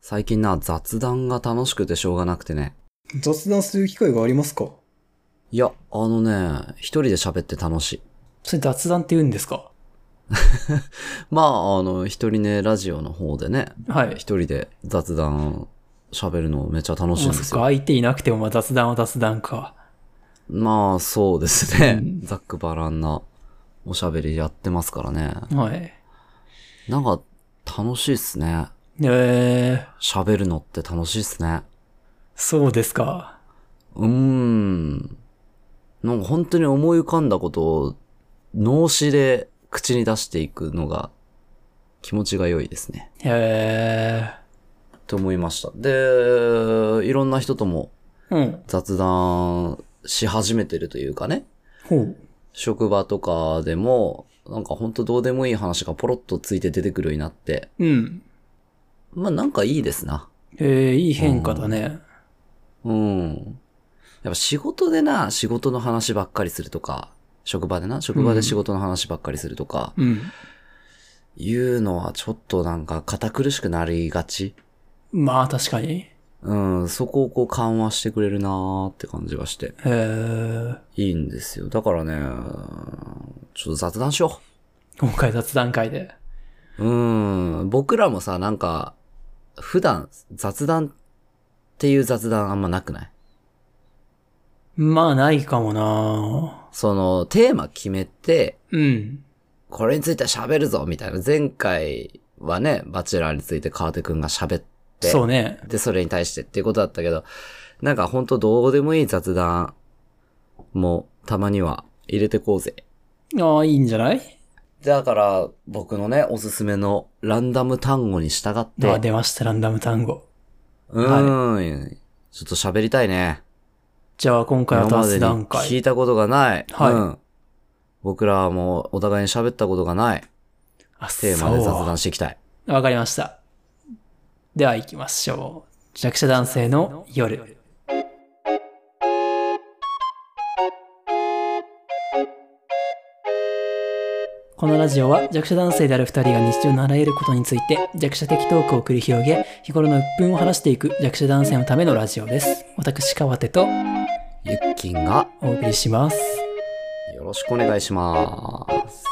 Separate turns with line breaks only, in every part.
最近な、雑談が楽しくてしょうがなくてね。
雑談する機会がありますか
いや、あのね、一人で喋って楽しい。
それ雑談って言うんですか
まあ、あの、一人ね、ラジオの方でね、
はい。
一人で雑談喋るのめっちゃ楽しいん
もう
で
そっ
す
か、
よ。
相手いなくてもまあ雑談は雑談か。
まあ、そうですね
うん。
ざっくばらんなおしゃべりやってますからね。
はい。
なんか、楽しいっすね。
えー、
喋るのって楽しいっすね。
そうですか。
うーん。なんか本当に思い浮かんだことを脳死で口に出していくのが気持ちが良いですね。
え
と思いました。で、いろんな人とも
ー、うん。
雑談し始めてるというかね。
ほう。
職場とかでも、なんか本当どうでもいい話がポロッとついて出てくるようになって。
うん。
まあなんかいいですな。
えー、いい変化だね。
うん。やっぱ仕事でな、仕事の話ばっかりするとか、職場でな、職場で仕事の話ばっかりするとか、
うん。
言うのはちょっとなんか堅苦しくなりがち。
まあ確かに。
うん、そこをこう緩和してくれるなーって感じがして。
えー、
いいんですよ。だからね、ちょっと雑談しよ
今回雑談会で。
う。うん、僕らもさ、なんか、普段雑談っていう雑談あんまなくない
まあないかもな
その、テーマ決めて、
うん。
これについて喋るぞみたいな。前回はね、バチェラーについて川手くんが喋って。
そうね。
で、それに対してっていうことだったけど、なんかほんとどうでもいい雑談もたまには入れてこうぜ。
ああ、いいんじゃない
だから、僕のね、おすすめのランダム単語に従っ
あ、
て、
出ました、ランダム単語。
うーん、ちょっと喋りたいね。
じゃあ今回は
今まで
雑
に
談
聞
会。
いたことがない。
はい
うん。僕らはもうお互いに喋ったことがない
あ、
テーマで雑談していきたい。
わかりました。では行きましょう。弱者男性の夜。このラジオは弱者男性である二人が日常のあらゆることについて弱者的トークを繰り広げ日頃の鬱憤を晴らしていく弱者男性のためのラジオです。私川手と
ゆっきんが
お送りします。
よろしくお願いします。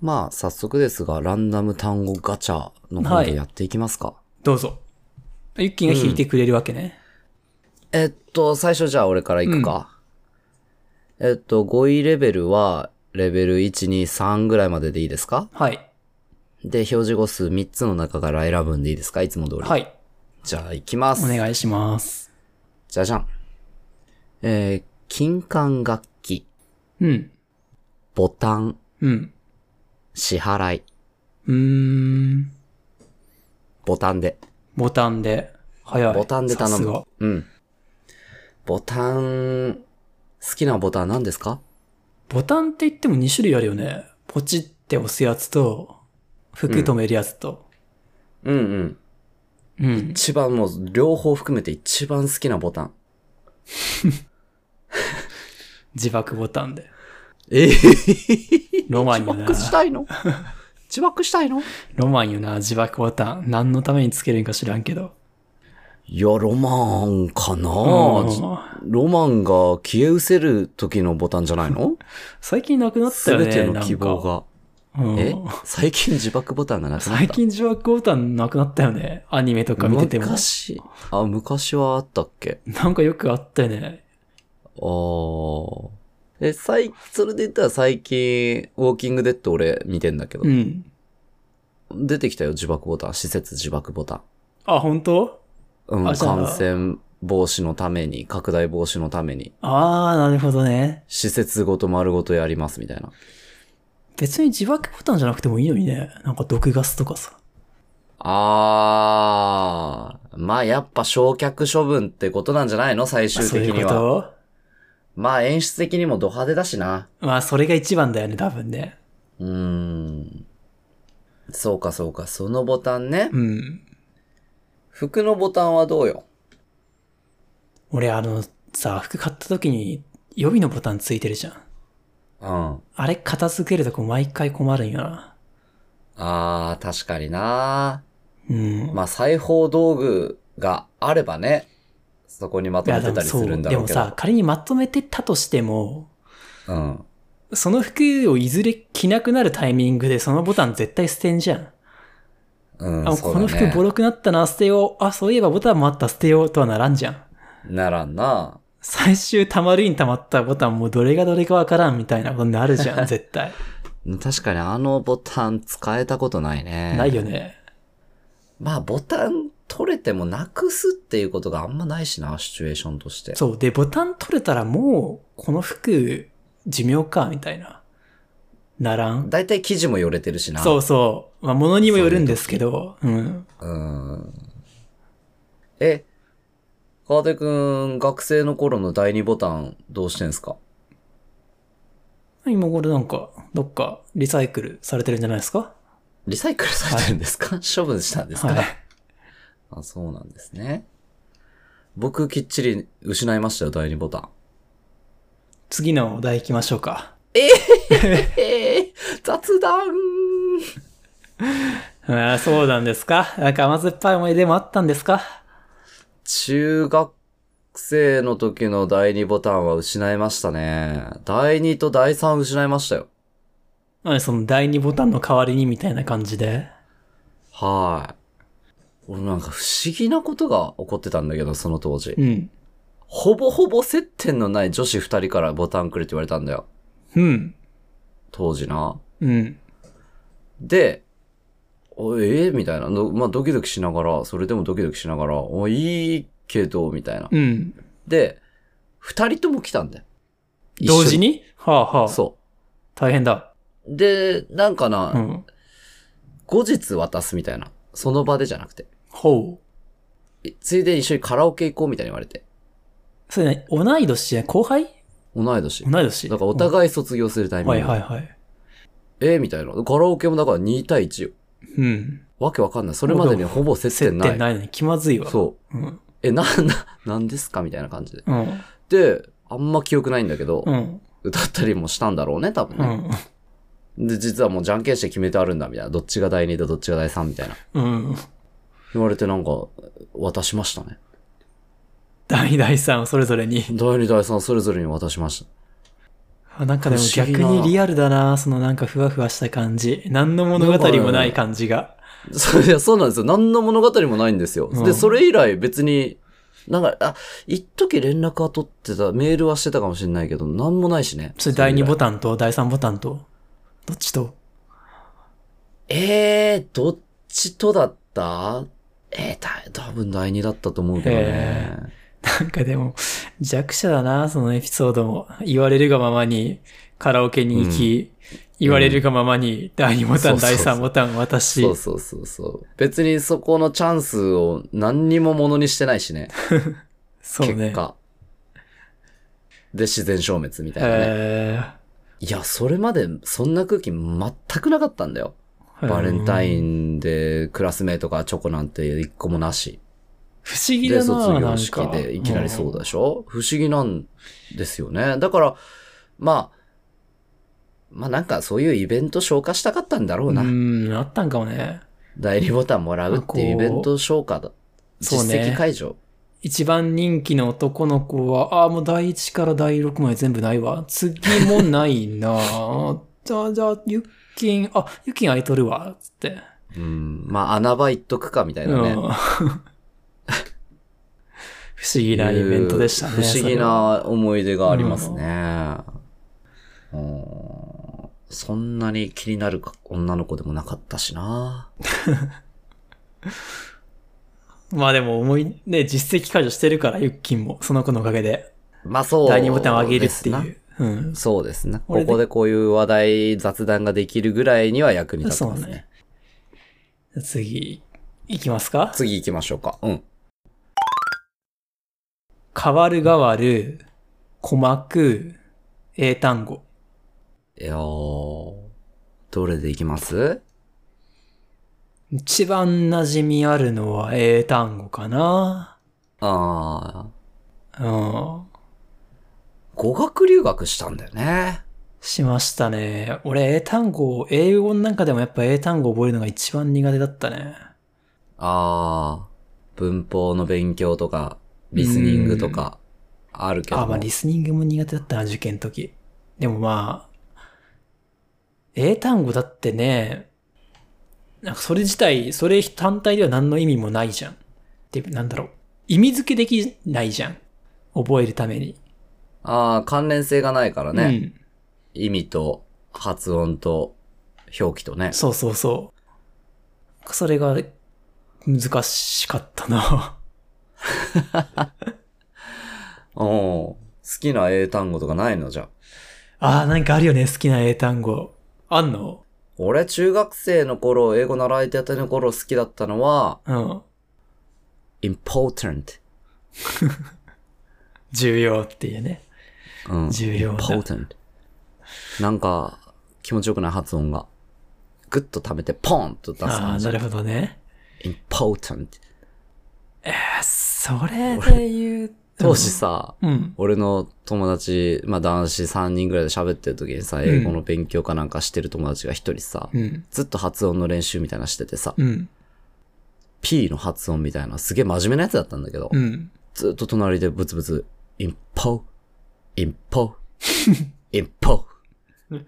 まあ、早速ですが、ランダム単語ガチャの方
はい
でやっていきますか。
どうぞ。ユッキーが弾いてくれるわけね。
えっと、最初じゃあ俺からいくか。えっと、5位レベルは、レベル1、2、3ぐらいまででいいですか
はい。
で、表示語数3つの中から選ぶんでいいですかいつも通り。
はい。
じゃあ、行きま
お
す。
願いします。
じゃじゃん。えー、金管楽器、
うん。
ボタン、
うん。
支払い、
うーん。
ボタンで。
ボタンで。早い。
ボタンで頼む
さすが
うん。ボタン、好きなボタン何ですか
ボタンって言っても2種類あるよね。ポチって押すやつと、服止めるやつと。
うんうん。
うん。
一番もう、両方含めて一番好きなボタン。
自爆ボタンで。
え
ロマンよ
自
な
爆。した いの自爆したいの
ロマンよな、自爆ボタン。何のためにつけるんか知らんけど。
いや、ロマンかな
うん
ロマンが消え失せる時のボタンじゃないの
最近なくなった
す
よね。
べての希望が。
なんか。
え
うん
最近自爆ボタンがなくなった
最近自爆ボタンなくなったよね。アニメとか見てても。
昔、あ、昔はあったっけ
なんかよくあったよね。
ああ。え、最、それで言ったら最近、ウォーキングデッド俺見てんだけど、
うん。
出てきたよ、自爆ボタン。施設自爆ボタン。
あ、本当
うん、
あじゃあ
感染防止のために、拡大防止のために、
ああ、なるほどね。
施設ごと丸ごとやりますみたいな。
別に自爆ボタンじゃなくてもいいのにね。なんか毒ガスとかさ。
あー。まあやっぱ焼却処分ってことなんじゃないの最終
そう
的
いう
に
こ
は。
と
まあ演出的にもド派手だしな。
まあ、それが一番だよね、多分ね。
うーん。そうかそうか、そのボタンね。
うん。
服のボタンはどうよ
俺、あの、さ、服買った時に予備のボタンついてるじゃん。
うん。
あれ片付けるとこ毎回困るんよな。
あー、確かにな
うん。
まあ、裁縫道具があればね、そこにまとめてたりす
いや
る
で
ん
も
だ
で
ろう
も
けど。
さ、仮にまとめてたとしても、
うん。
その服をいずれ着なくなるタイミングでそのボタン絶対捨てんじゃん。
うん、
あ、
そう
こ
だ
の
ね
服ボロくなったな、捨てよう。あ、そういえばボタンもあった、捨てようとはならんじゃん。
ならんな。
最終たまるにたまったボタンもどれがどれかわからんみたいなことになるじゃん、 絶対。
確かにあのボタン使えたことないね。
ないよね。
まあ、ボタン取れてもなくすっていうことがあんまないしな、シチュエーションとして。
そう。で、ボタン取れたらもう、この服、寿命か、みたいな。ならん。
だいたい生地もよれてるしな。
そうそう。まあ、ものにもよるんですけど、うん。
う。ん。え、川手くん、学生の頃の第二ボタンどうしてんすか
今頃なんか、どっかリサイクルされてるんじゃないですか
リサイクルされてるんですか、処分したんですか、
はい。
あ、そうなんですね。僕、きっちり失いましたよ、第二ボタン。
次のお題行きましょうか。
えー、雑談
ああ、そうなんですかなんか甘酸っぱい思い出もあったんですか
中学生の時の第二ボタンは失いましたね。第二と第三失いましたよ。
何その第二ボタンの代わりにみたいな感じで。
はい。俺なんか不思議なことが起こってたんだけど、その当時
う。ん。
ほぼほぼ接点のない女子二人からボタンくれって言われたんだよ。
うん。
当時な。
うん。
で、おえーみたいな。のまあ、ドキドキしながら、それでもドキドキしながら、おいいけど、みたいな。
うん。
で、二人とも来たんだよ。
同時
に
にはあはあ。
そ
大変だ。
う。で、なんかな、
うん。
後日渡すみたいな。その場でじゃなくて。
ほう。
えついでに一緒にカラオケ行こうみたいに言われて。
それね、同い年じゃない後輩
同い年。
同い年。
だからお互い卒業するタイ
うん
ミン
は
グ。
いはいはい。
えーみたいな。カラオケもだから2対1よ。
うん。
わけわかんない。それまでにほぼ接
接
点ない。
点ないのに気まずいわ。う。
そう。
うん。
え、なんだ、なんですかみたいな感じで。
うん。
で、あんま記憶ないんだけど、
うん。
歌ったりもしたんだろうね、多分
う
ね、
ん。
で、実はもうじゃんけんして決めてあるんだ、みたいな。どっちが第2とどっちが第3みたいな。
うん。
言われてなんか、渡しましたね。
第二第三それぞれに。
第2、第3それぞれに渡しました。
あなんかでも逆にリアルだな、そのなんかふわふわした感じ。何の物語もない感じが。
そう いや、そうなんですよ。何の物語もないんですよ。
うん
で、それ以来別に、なんか、あ、一時連絡は取ってた、メールはしてたかもしれないけど、何もないしね。
それ第二ボ
ン。
タンと第三ボタンと、どっちと
えー、どっちとだったえー、た、多分第二だったと思うけどね
へ。なんかでも、弱者だな、そのエピソードも。言われるがままにカラオケに行き、言われるがままに第2ボタ
そうそう
ン、
そう
第3ボタン渡し、
そうそうそうそう。別にそこのチャンスを何にもものにしてないしね。
そうね
結。果。で、自然消滅みたいなね。
え
いや、それまでそんな空気全くなかったんだよ。
ー
バレンタイ
うん
ンでクラスメイトがチョコなんて一個もなし。
不思議
で、
だな、
卒
な
業
ん
式
か。
でいきなりそう
だ。
でしょ不思議なんですよね。だから、まあ、まあなんかそういうイベント消化したかったんだろう
う
な。
ん、あったんかもね。
代理ボタンもらうっていうイベント消化だ。
そう
実
ね
績解除。
一番人気の男の子は、あーもう第1から第6まで全部ないわ。次もない なじゃあ、じゃあ、ゆっきん、あ、ゆっきん空いとるわ、つって。
うん。まあ穴場行っとくかみたいなね。
うん 不思議なイベントでしたね。
いう不思議
それは。
な思い出がありますね。うんそんなに気になるか女の子でもなかったしな。
まあでも思い、ね、実績解除してるから、ゆっきんも、その子のおかげで、
まあそう。
第2ボタンを上げるって
です
い
な
う。うん。
そうですね。
こ
こ
れで
こでこういう話題、雑談ができるぐらいには役に立ってます
そう
ね。
ね次、いきますか
次行きましょうか。うん。
変わる変わる、鼓膜、英単語。
いやーどれで行きます
一番馴染みあるのは英単語かな。
あ
うん。
語学留学したんだよね。
しましたね。俺、英単語、英語の中でもやっぱ英単語覚えるのが一番苦手だったね。
あー、文法の勉強とか、リスニングとか、あるけども。
あ、まあリスニングも苦手だったな、受験の時。でもまあ、英単語だってね、なんかそれ自体、それ単体では何の意味もないじゃん。で、なんだろう。意味付けできないじゃん。覚えるために。
あー、関連性がないからね。
うん。
意味と発音と表記とね。
そうそうそう。それが難しかったな。
おー好きな英単語とかないのじゃあ。
ああ、なんかあるよね、好きな英単語。あんの
俺、中学生の頃、英語習いたての頃好きだったのは、
うん。
important.
重要っていうね。
うん。
重要な
important. なんか、気持ちよくない発音が。ぐっと溜めて、ポンと出す
ああ
感
ー、
じ
な。るほどね。
important.
あそれで言う
当時さ、
うん。
俺の友達、まあ男子3人ぐらいで喋ってる時にさ、英語の勉強かなんかしてる友達が一人さ、
うん。
ずっと発音の練習みたいなのしててさ、
うん。
P の発音みたいな、すげえ真面目なやつだったんだけど、
うん。
ずっと隣でブツブツ、インポ、インポ、 インポ、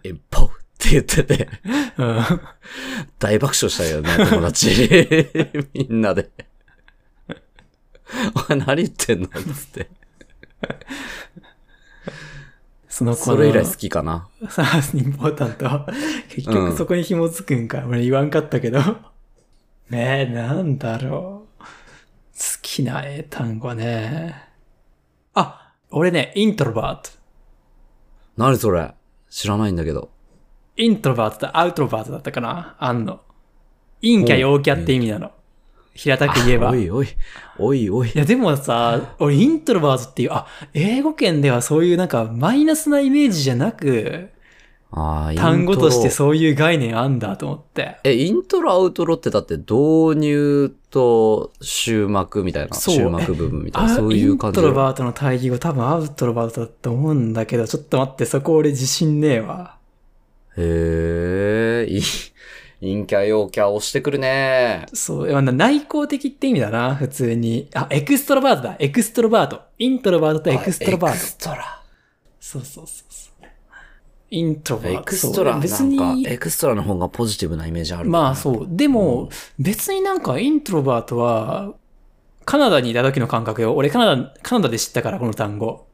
インポって言ってて、
うん。
大爆笑したよね、友達。みんなで。お前何言ってんのつって。
その子
それ以来好きかな。
さあ、インポータン ト。結局そこに紐づくんか。俺言わんかったけど。ねえ、なんだろう。好きな英単語ね。あ、俺ね、イントロバート。
何それ知らないんだけど。
イントロバートとアウトロバートだったかなあんの。陰キャ陽キャって意味なの。平たく言えば。
お
い
いおい、おいおい。
や、でもさ、俺イントロバートっていう、あ、英語圏ではそういうなんかマイナスなイメージじゃなく、
ああ、イントロ
単語としてそういう概念あんだと思って。
え、イントロアウトロってだって導入と終幕みたいな。
そう
終幕部分みたい
あ
な。そういう感じだ
イントロ
よ。
バートの対義語多分アウトロバートだと思うんだけど、ちょっと待って、そこ俺自信ねえわ。
へえ、いい。陰キャ陽キャ押してくるね。
そう、まあ内向的って意味だな、普通に。あ、エクストロバートだ、エクストロバート。イントロバートとエクストロバ
あエク
ート。
ストラ。
そうそうそうそう。イントロバー
エ
ト。
クストラな
そう
ん
別に
か、エクストラの方がポジティブなイメージあるから。
まあそう。で
う
も
ん、
別になんかイントロバートは、カナダにいた時の感覚よ。俺カナダ、カナダで知ったから、この単語。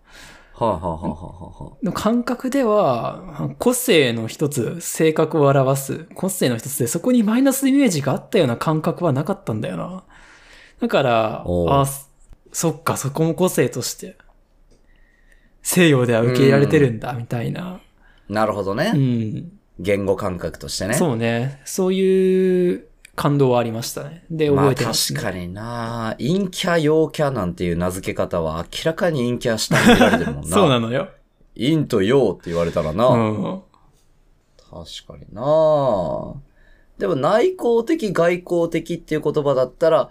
はあ、はあはあはあは
の感覚では、個性の一つ、性格を表す、個性の一つで、そこにマイナスイメージがあったような感覚はなかったんだよな。だから、
おう
あ、そそっか、そこも個性として、西洋では受け入れられてるんだ、みたいな。
あ、なるほどね、
うん。
言語感覚としてね。
そうね。そういう感動はありましたね。で、
ま
覚
あ
えて
確
ます、
かにな陰キャ陽キャなんていう名付け方は明らかに陰キャ下に見られてるもんな。
そうなのよ。
陰と陽って言われたらな。
うん。
確かになでも内向的外向的っていう言葉だったら、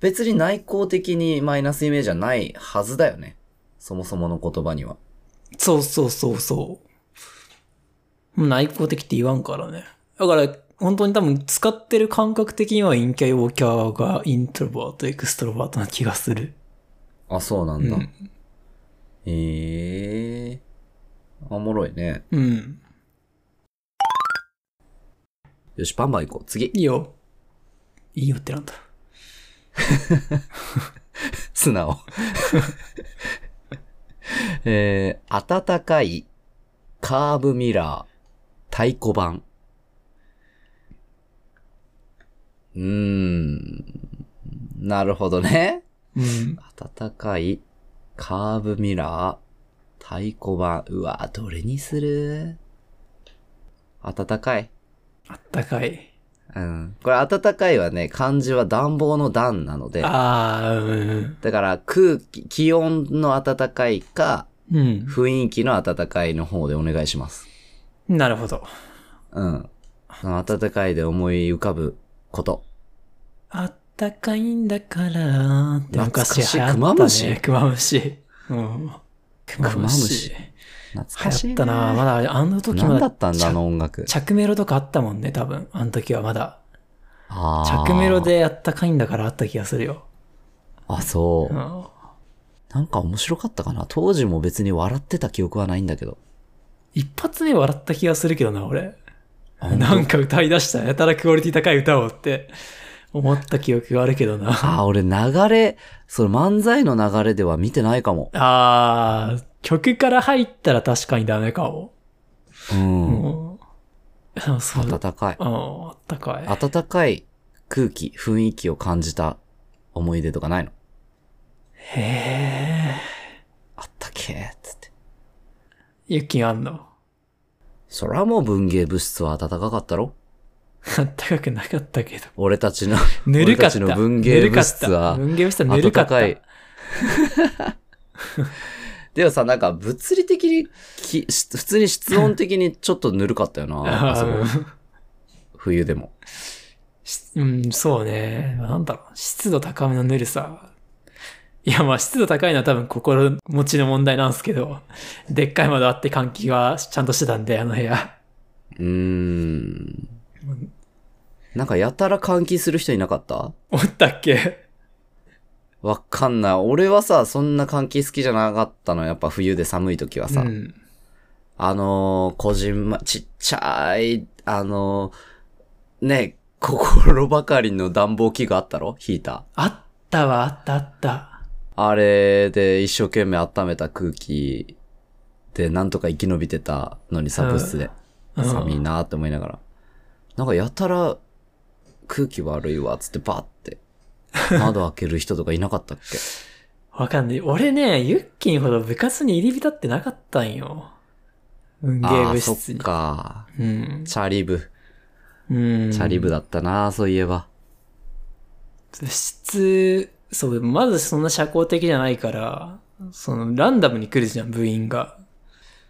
別に内向的にマイナスイメージはないはずだよね。そもそもの言葉には。
そうそうそうそう。もう内向的って言わんからね。だから、本当に多分使ってる感覚的には陰キャ陽キャがイントロバート、エクストロバートな気がする。
あ、そうな
うん
だ。
ん。
ええおもろいね。
うん。
よし、バンバン行こう。次。
いいよ。いいよってなんだ。
素直。 えー、暖かい、カーブミラー、太鼓板。うーん。なるほどね。
うん。
暖かい、カーブミラー、太鼓板。うわ、どれにする暖かい。
あったかい。
うん。これ暖かいはね、漢字は暖房の暖なので、
あー、うん
だから空気、気温の暖かいか、
うん。
雰囲気の暖かいの方でお願いします。
うん。なるほど。
うん。その暖かいで思い浮かぶこと。
あったかいんだからーって昔流行った、ね。
懐かしいクマムシ
クマムシ。うん。
まあ
詳しい。
マ
流
懐かしい、
行
ね。
ったなまだ、あの時ま
何だ
だ
ったんだ、あの音楽。
着メロとかあったもんね、多分。あの時はまだ。
あー
着メロ。でやったかいんだからあった気がするよ。
あ、そうう。
ん。
なんか面白かったかな。当時も別に笑ってた記憶はないんだけど。
一発目笑った気がするけどな、俺。なんか歌い出した、やたらクオリティ高い歌をって思った記憶があるけどな。あ
あー、俺流れ、その漫才の流れでは見てないかも。
あー、曲から入ったら確かにダメかも。
うん。
うん。あそうだ。
暖かい。
うん、あったかい。
暖かい空気、雰囲気を感じた思い出とかないの
へ
あったけーっつって。
え。雪があんの
そらもう文芸物質は暖かかったろ
あったかくなかったけど。
俺たちの
ぬるか
俺た
った。
ちの文芸物質は
ぬるかった文芸物質はぬ
暖
るかった。
かい。でもさ、なんか物理的にき、し普通に室温的にちょっとぬるかったよな。あそこ
あ
冬でも。
ー うん、そうね。なんだろう。湿度高めのぬるさ。いや、まあ湿度高いのは多分心持ちの問題なんですけど、でっかい窓あって換気はちゃんとしてたんで、あの部屋。
うーん。なんかやたら換気する人いなかった
おったっけ
わかんない。俺はさ、そんな換気好きじゃなかったの。やっぱ冬で寒い時は
う
さ。
ん。
あのー、こじんま、ちっちゃい、あのー、ね、心ばかりの暖房器具あったろヒータ
あったわ、あったあった。
ー。あれで一生懸命温めた空気でなんとか生き延びてたのにさ、
うん
物質で。
うん
寒いなーって思いながら。なんかやたら空気悪いわ、つってバー って。窓開ける人とかいなかったっけ
わかんない。俺ね、ユッキンほど部活に入り浸ってなかったんよ。文芸
ああ
部
ー、そ
室
っ
に。
か。
うん。
チャリブ。
うん。
チャリブだったな、そういえば。
物質、そう、まずそんな社交的じゃないから、その、ランダムに来るじゃん、部員が。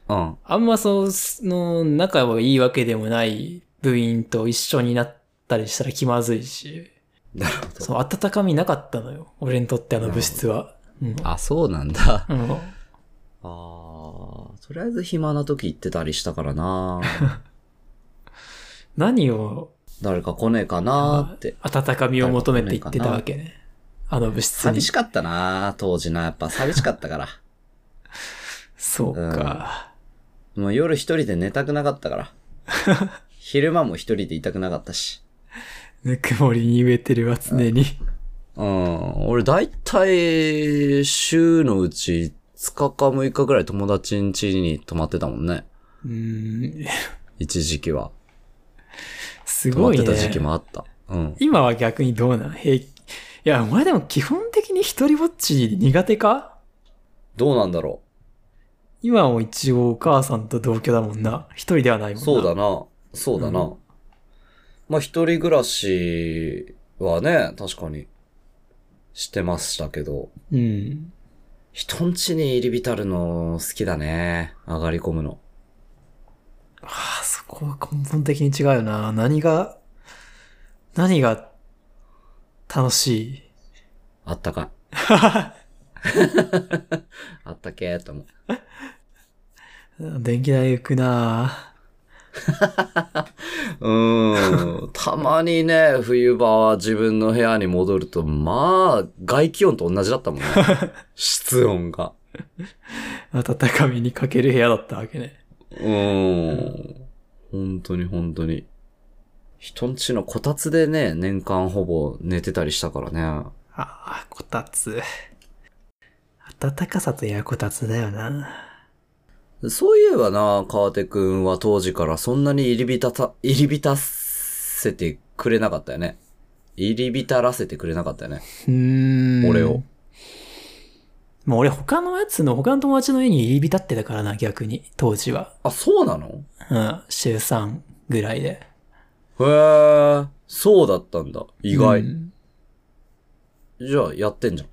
うん。
あんまそう、その、仲はいいわけでもない部員と一緒になったりしたら気まずいし、
なるほど。
そう、温かみなかったのよ。俺にとってあの部室は。うん。
あ、そうなんだ。
うん
ああ、とりあえず暇な時行ってたりしたからな。
何を
誰か来ねえかなーって。
温かみを求めて行ってたわけね。あの部室に
寂し。かったな、当時な。やっぱ寂しかったから。
そうか。
もう夜一人で寝たくなかった から。昼間も一人でいたくなかったし。
ぬくもりに飢えてるわ、常に。
うん。俺大体、週のうち5日か6日ぐらい友達ん家に泊まってたもんね。
うーん、
一時期は。
す
泊まっ
ごい
て
ね。
た時期もあった。うん。
今は逆にどうなん平気いや、お前でも基本的に一人ぼっち苦手か
どうなんだろ
今も一応お母さんと同居だもんな。一人ではないもん
う。
な。
そうだな。そうだな。
うん
まあ、一人暮らしはね、確かにしてましたけど、
うん。
人ん家に入り浸るの好きだね。上がり込むの。
ああ、そこは根本的に違うよな。何が、何が楽しい。
あった かい。あったけーと思う。
電気代浮くな
うーん。たまにね、冬場は自分の部屋に戻ると、まあ、外気温と同じだった もんね。室温が。
温かみに欠ける部屋だったわけね。
うーん。本当に本当に。人んちのこたつでね、年間ほぼ寝てたりしたからね。
ああ、こたつ。暖かさといやこたつだよな。
そういえばな、川手くんは当時からそんなに入り浸た、入り浸せてくれなかったよね。入り浸らせてくれなかったよね。
うーん。
俺を。
もう俺他のやつの、他の友達の家に入り浸ってたからな、逆に、当時は。
あ、そうなの
うん、週3ぐらいで。
へー、そうだったんだ。意外。
うん
じゃあ、やってんじゃん。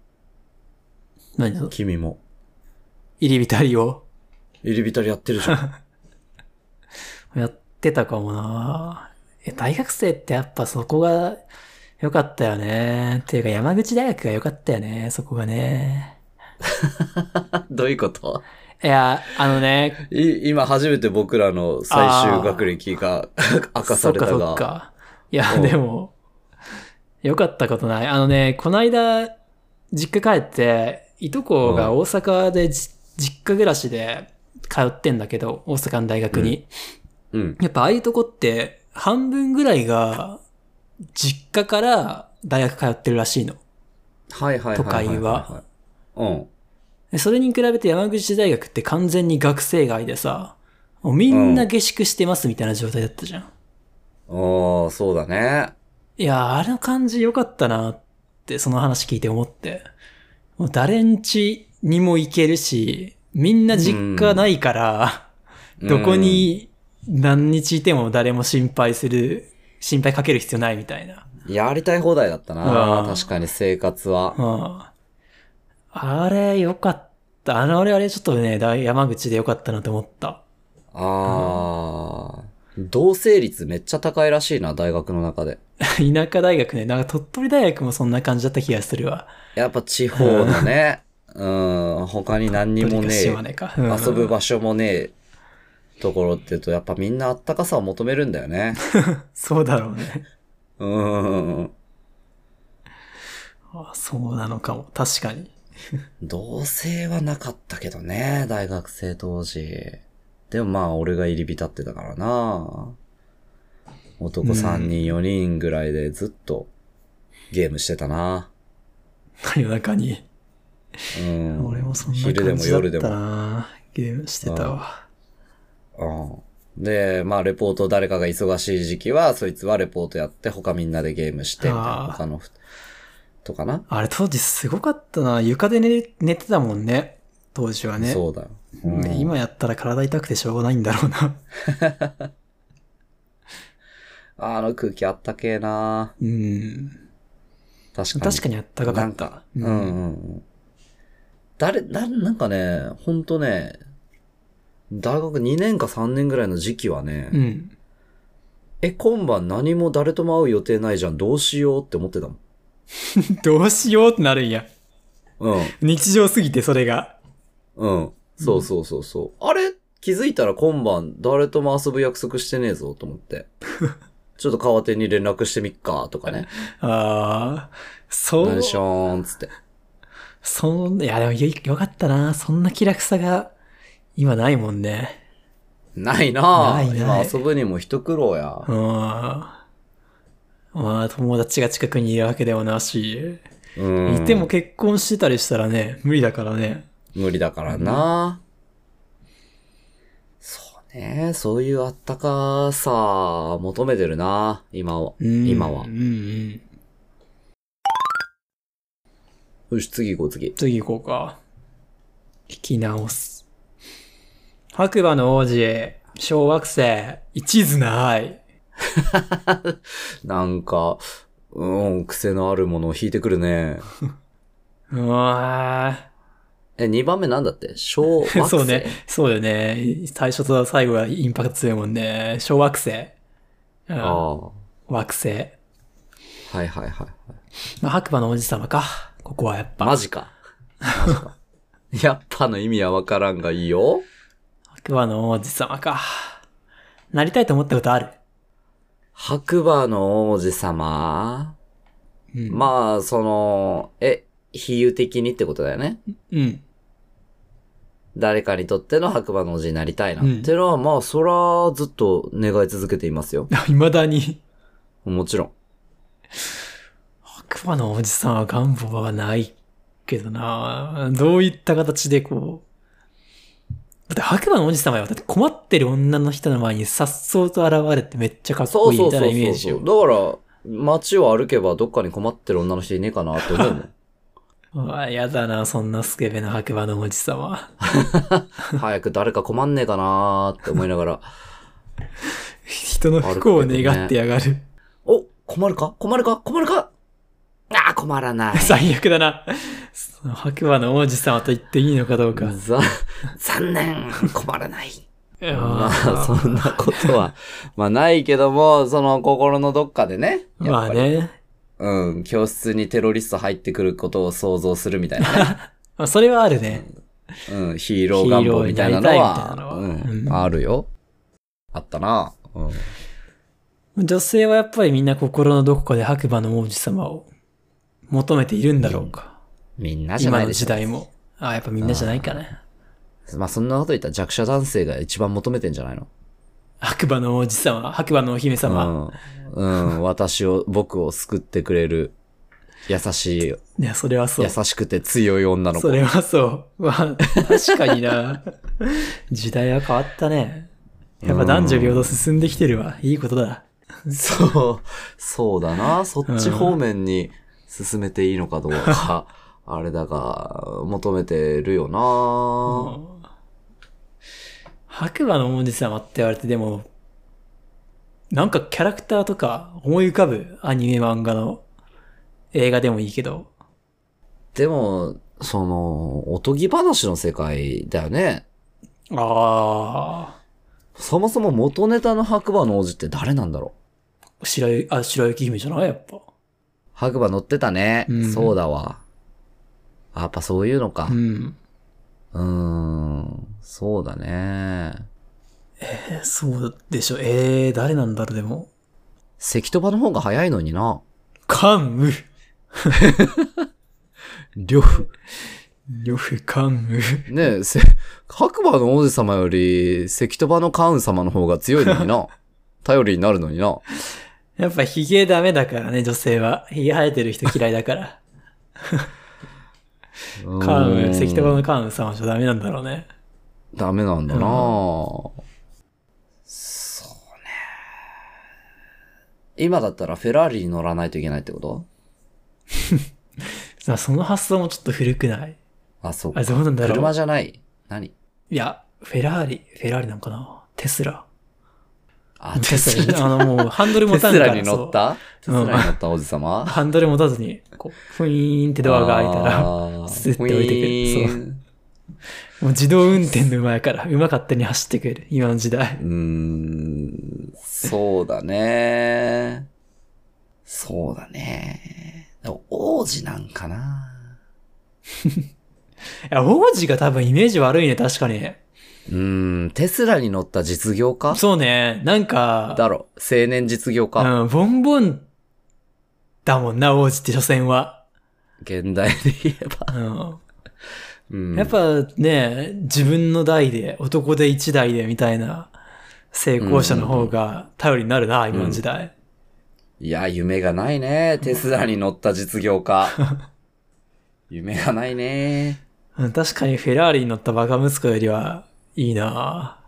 何その
君も。
入り浸りを
入り浸りやってるじゃ ん。
やってたかもな。え、大学生ってやっぱそこが良かったよね。っていうか山口大学が良かったよね、そこがね。
どういうこと
いや、あのね、
い今初めて僕らの最終学歴が明かされた
そっかそっ
が。
か。いや、
うん
でも、よかったことない。あのね、こないだ、実家帰って、いとこが大阪でじ、実家暮らしで通ってんだけど、大阪の大学に。
うん。
やっぱああいうとこって、半分ぐらいが、実家から大学通ってるらしいの。
はいはいはいはいいい。
都会は
うん。
でそれに比べて山口大学って完全に学生街でさ、もうみんな下宿してますみたいな状態だったじゃん。
ああ、そうだね。
いや、あの感じ良かったなって、その話聞いて思って。もう誰んちにも行けるし、みんな実家ないから、どこに何日いても誰も心配する、心配かける必要ないみたいな。
うん、やりたい放題だったな。
うん
確かに生活は。
うん。あれ良かった。あの、あれあれちょっとね、だい山口で良かったなと思った。
ああ、同性率めっちゃ高いらしいな、大学の中で。
田舎大学ね、なんか鳥取大学もそんな感じだった気がするわ。
やっぱ地方の ね、うん、他に何にもねえ、
鳥取か島根か。うん
遊ぶ場所もねえところって言うと、やっぱみんなあったかさを求めるんだよね。
そうだろうね。
うん。
あそうなのかも。確かに。
同性はなかったけどね、大学生当時。でもまあ、俺が入り浸ってたからな。男3人、4人ぐらいでずっとゲームしてたな。
夜中に。
うん。
俺もそんな
昼で
感
も
じだ
夜で
った
も。
なゲームしてたわ。
うん。で、まあ、レポート誰かが忙しい時期は、そいつはレポートやって、他みんなでゲームして、みたい
あ
な
ー
他のふ、とかな。
あれ当時すごかったな床で寝寝てたもんね。当時はね。
そうだよ。うん
今やったら体痛くてしょうがないんだろうな。
あの空気あったけえな
うん。
確かに。
確かにあったかか
な
っ
ん
た
か。、うんうん
ん。
うん。誰、な、なんかね、ほんとね、大学2年か3年ぐらいの時期はね、
うん。
え、今晩何も誰とも会う予定ないじゃん、どうしようって思ってたもん。
どうしようってなるんや。
うん。
日常すぎてそれが。
うん。そうそうそうそう。あれ気づいたら今晩誰とも遊ぶ約束してねえぞと思 って。ちょっと川手に連絡してみっかとかね。
ああ。そう
何。しょーんっつって。
そん、いやでもよよかったなそんな気楽さが今ないもんね。
ないな
な
ぁ。
いない
今遊ぶにも一苦労や。
うん。まあ友達が近くにいるわけでもなし。
うん。
いても結婚してたりしたらね、無理だからね。
無理だからな。そうね。そういうあったかさ、求めてるな。今は。
うん
今は
うんうん。
よし、次行こう、次。
次行こうか。聞き直す。白馬の王子、小惑星、一途な愛。
なんか、うん、癖のあるものを引いてくるね。
うわ
え、2番目なんだって小惑
ー
星。
そうね。。そうよね。最初と最後はインパクト強いもんね。小惑星。うん
ああ。は
惑星。
いはいはいはい。
まあ、白馬の王子様か。ここはやっぱ。
マジか。マジか やっぱの意味はわからんがいいよ。
白馬の王子様か。なりたいと思ったことある。
白馬の王子様。
うん。
まあ、その、え、比喩的にってことだよね。
うん。
誰かにとっての白馬の王子になりたいな。
うん
ってのは、まあ、そら、ずっと願い続けていますよ。
未だに。
もちろん。
白馬のおじさんは願望はないけどなどういった形でこう。だって白馬のおじさまよ。だって困ってる女の人の前にさっそうと現れてめっちゃかっ
そ
こ
う
いい
そ
み
う
たい
そ
な
う
イメー
そ
ジ
う
よ。
そう。だから、街を歩けばどっかに困ってる女の人いねえかなって思うもん。
うわ、やだなそんなスケベな白馬のおじ さま。
早く誰か困んねえかなーって思いながら、
人の不幸を願ってやがる。
お困るか困るか困るかあー困ら ない。
最悪だな。その白馬の王子様と言っていいのかどうか。
ざ残念困らない。まあ、
あ
そんなことは、まあないけども、その心のどっかでね。
ーま
やっ
あ
ぱり。
ね。
うん、教室にテロリスト入ってくることを想像するみたいなね。
まあそれはあるね。
うん、ヒーロー願望みたいなの
ヒーローになりたいみたいなの
は、
は
うん
うん
あるよ。あったな。うん。
女性はやっぱりみんな心のどこかで白馬の王子様を求めているんだろうか。
みんなじゃな
今
い
の
でし
時
ょ。
代も。あ、やっぱみんなじゃないかな。
まあそんなこと言ったら弱者男性が一番求めてんじゃないの
白馬の王子様、白馬のお姫様。
うん。うん、私を、僕を救ってくれる、優しい、
いや、それはそう
優。しくて強い女の子
そ。れはそう。まあ、確かにな。 時代は変わったね。やっぱ男女平等進んできてるわ。いいことだ。
そう、そうだな。そっち方面に進めていいのかどう か、あれだが、求めてるよな。
白馬の王子様って言われて、でも、なんかキャラクターとか思い浮かぶアニメ漫画の映画でもいいけど。
でも、その、おとぎ話の世界だよね。
あ
そもそも元ネタの白馬の王子って誰なんだろう
あ。白雪、あ、白雪姫じゃないやっぱ。
白馬乗ってたね。
うん
そうだわ。やっぱそういうのか。
うん。
うーん、そうだね。
えそうでしょ。えー、誰なんだろう、でも。
関戸場の方が早いのにな。
関 羽。
両夫。
呂布関羽。
ね え、せ、白馬の王子様より、関戸場の関羽様の方が強いのに な。頼りになるのにな。
やっぱヒゲダメだからね、女性は。ヒゲ生えてる人嫌いだから。関羽、関
戸
玉の関羽さんはちょっとダメなんだろうね。
ダメなんだな、
うん
そうね。今だったらフェラーリに乗らないといけないってこと
さあその発想もちょっと古くない
あ、そうか
あ、。どうなんだろう。
車じゃない。何
いや、フェラーリ、フェラーリなんかなテスラ。
あ、
テ
テ
ス
ス
ラじゃん。あの、もう、ハンドル持
テ
たん
ス
から
ラに乗ったテス
そう
ラに乗った王子様
そうハンドル持たずに、こう、ふいーんってドアが開いたら、も
あー
スッて置いてくる
ウィーン
う自動運転の馬やから、馬勝手に走ってくれる。今の時代
う。ーん、そうだね。そうだね。でも王子なんかな。
いや、王子が多分イメージ悪いね、確かに。
うーん、テスラに乗った実業家
そうね、なんか、
だろ。青年実業家。
うん、ボンボンだもんな、王子って、所詮は。
現代で言えば。
うん。
うん、
やっぱね、自分の代で、男で一代でみたいな成功者の方が頼りになるな、今の時代。
いや、夢がないね。テスラに乗った実業 家。夢がないね。
うん確かにフェラーリに乗ったバカ息子よりはいいな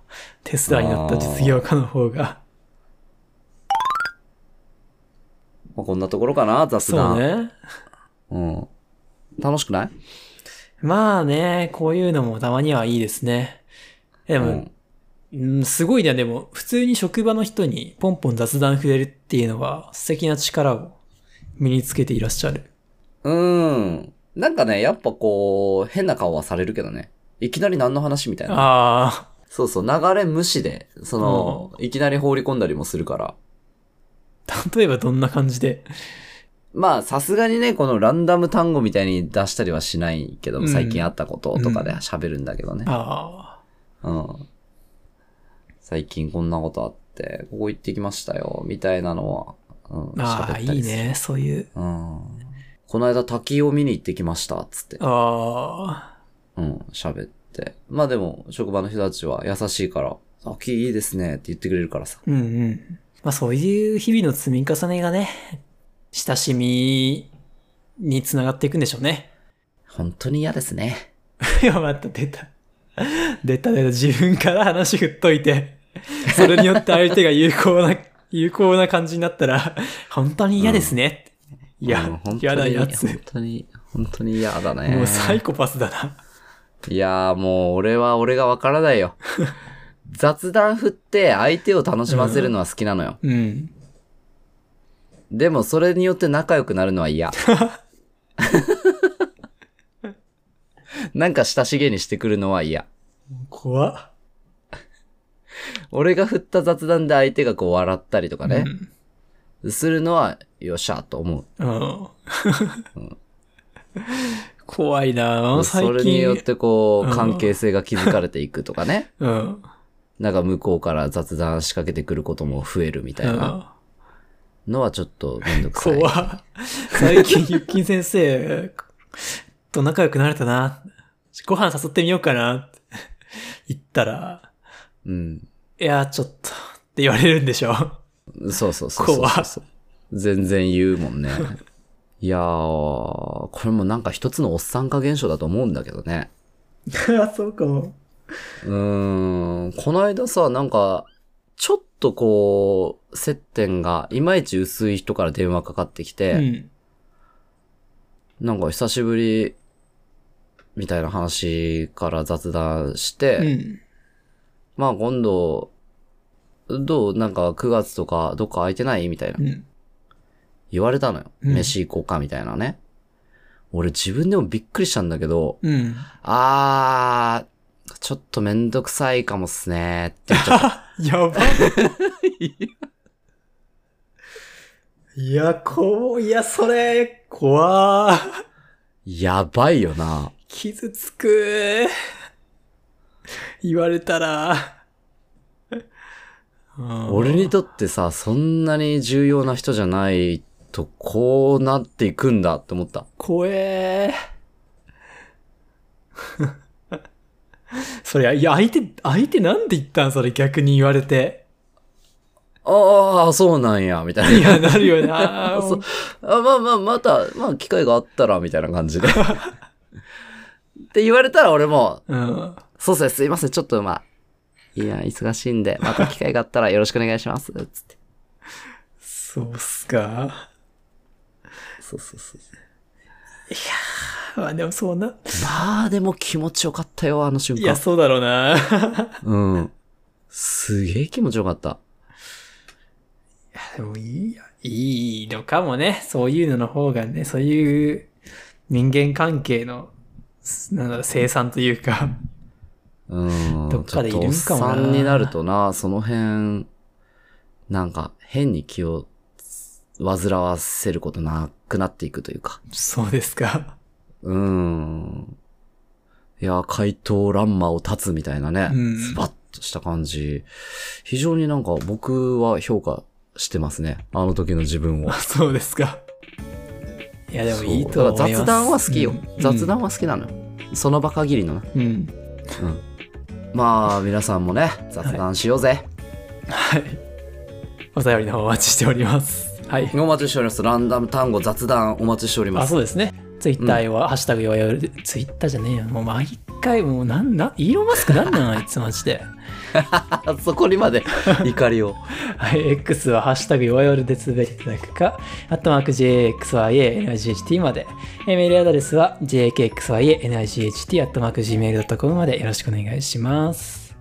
テスラに乗った実業家の方が。
まあ、こんなところかな、雑
そう
談。
ね。
うん。楽しくない
まあね、こういうのもたまにはいいですね。で
う
も
ん、
うん、すごいね。でも、普通に職場の人にポンポン雑談触れるっていうのは素敵な力を身につけていらっしゃる。
うん。なんかね、やっぱこう、変な顔はされるけどね。いきなり何の話みたいな。
ああ、
そうそう、流れ無視で、その、いきなり放り込んだりもするから。
例えばどんな感じで。
まあ、さすがにね、このランダム単語みたいに出したりはしないけ
う
ど、
ん
最近あったこととかで喋るんだけどね。
ああ、
うん。最近こんなことあって、ここ行ってきましたよ、みたいなのは、うん、
あ
喋
あ、
った
い
り
い
する。
ね。そういう。
うん。この間滝を見に行ってきました、つって。
あ
う
あ、
ん、喋って。まあでも、職場の人たちは優しいから、あ、きいいですねって言ってくれるからさ。
うんうん。まあそういう日々の積み重ねがね、親しみにつながっていくんでしょうね。
本当に嫌ですね。
いや、また出た。出た出た。自分から話振っといて、それによって相手が有効な、 有効な感じになったら、本当に嫌ですね。い
うん
や、
本当
嫌だ
に
やつ。
本当に、本当に嫌だね。
もうサイコパスだな。
いやーもう俺は俺がわからない よ。雑談振って相手を楽しませるのは好きなのよ。
うん。
でもそれによって仲良くなるのは 嫌。なんか親しげにしてくるのは嫌。
怖っ。
俺が振った雑談で相手がこう笑ったりとかね
う、ん
するのはよっしゃと思う。
うん。怖いなぁ最
そ
近。
れによってこ
う
う、
ん
関係性が築かれていくとかね。
うん。
なんか向こうから雑談仕掛けてくることも増えるみたいなのはちょっとめんどくさい。
怖っ最近、ゆっきん先生と仲良くなれたな。ご飯誘ってみようかな。言ったら、
うん。
いや、ちょっと、って言われるんでし ょ。
そうそうそうそう
怖
そう
っ
そう。全然言うもんね。いやー、これもなんか一つのおっさん化現象だと思うんだけどね。
そうかも。
うーん、この間さ、なんか、ちょっとこう、接点がいまいち薄い人から電話かかってき
う
て、
ん。
なんか久しぶり、みたいな話から雑談して、
うん。
まあ今度、どうなんか9月とかどっか空いてないみたいな
う。ん。
言われたのよ。
うん
飯行こうかみたいなね。俺自分でもびっくりしたんだけど、
うん。
あー、ちょっとめんどくさいかもっすねって言っちゃ った。
やば。いや、こう、いや、それ、怖ー
やばいよな。
傷つく。言われたら。うん
俺にとってさ、そんなに重要な人じゃないと、こうなっていくんだって思った。
怖え ーそれ、いや、相手、相手なんで言ったんそれ逆に言われて。
ああ、そうなんや、みたい
い
な。。
や、なるよな
そうあまあまあ、また、まあ、機会があったら、みたいな感じで。 って言われたら俺も、
うん。
そうですね、すいません、ちょっとまあ、いや、忙しいんで、また機会があったらよろしくお願いします、つって。
そうっすか。
そうそうそう。
まあでもそうな。
まあ、でも気持ちよかったよ、あの瞬
いや、
間。
そうだろうな。
うん。すげえ気持ちよかった。
でもいいや、いいのかもね。そういうのの方がね、そういう人間関係の、すなんだろう、生産というか。
うん。
どっかでいるんか
ちょっと
もな
おっさんになるとな、その辺、なんか、変に気を、煩わせることなくなっていくというか。
そうですか。
うん。いや、怪盗乱魔を立つみたいなね、
うん
スパッとした感じ。非常になんか僕は評価してますね。あの時の自分を
あ。そうですか。いや、でもいい
そう
と思いま
だか
す。
ら雑談は好きよ。
うん
雑談は好きなのよ。その場限りのな。
うん。うん
まあ、皆さんもね、雑談しようぜ。
はい。お便りの方お待ちしております。はい。
お待ちしております。ランダム単語雑談お待ちしておりま
あ、
す。
そうですね。ツイッターは、ハッシュタグ弱よる。ツイッターじゃねえよ。もう毎回、もうなんな、イーロンマスクなんなんあいつマジで。
あ そこにまで怒りを。
はい、X はハッシュタグ弱よるでつぶやいていただくか、アットマーク JXYANIGHT まで、えーメールアドレスは JKXYANIGHT アットマーク Gmail.com までよろしくお願いします。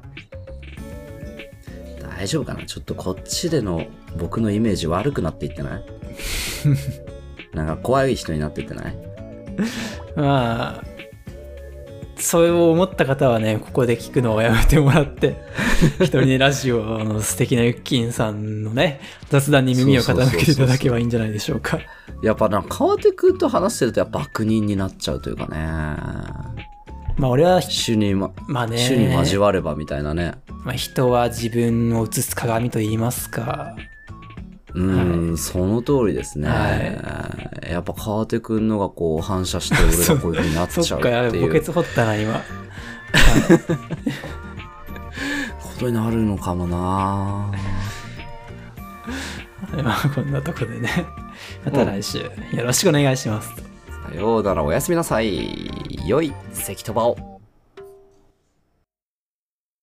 大丈夫かなちょっとこっちでの僕のイメージ悪くなっていってない なんか怖い人になっていってない
まあ、それを思った方はね、ここで聞くのをやめてもらって、 一人でラジオの素敵なユッキンさんのね、雑談に耳を傾けていただけばいいんじゃないでしょうか。
やっぱな、川手くんと話してるとやっぱ悪人になっちゃうというかね。
まあ俺は、
主に、ま、
まあね、
主に交わればみたいなね。
まあ、人は自分を映す鏡と言いますか。
うん、その通りですね。
は
やっぱ川手くんのがこう反射して俺がこういう風になっち
そ
ゃ
っ
う
か、や
って
べえ、
い
墓
う
穴掘ったな、今。
ことになるのかもな。
まあこんなとこでね。また来週、よろしくお願いします。
さようならおやすみなさい。良い関とばを。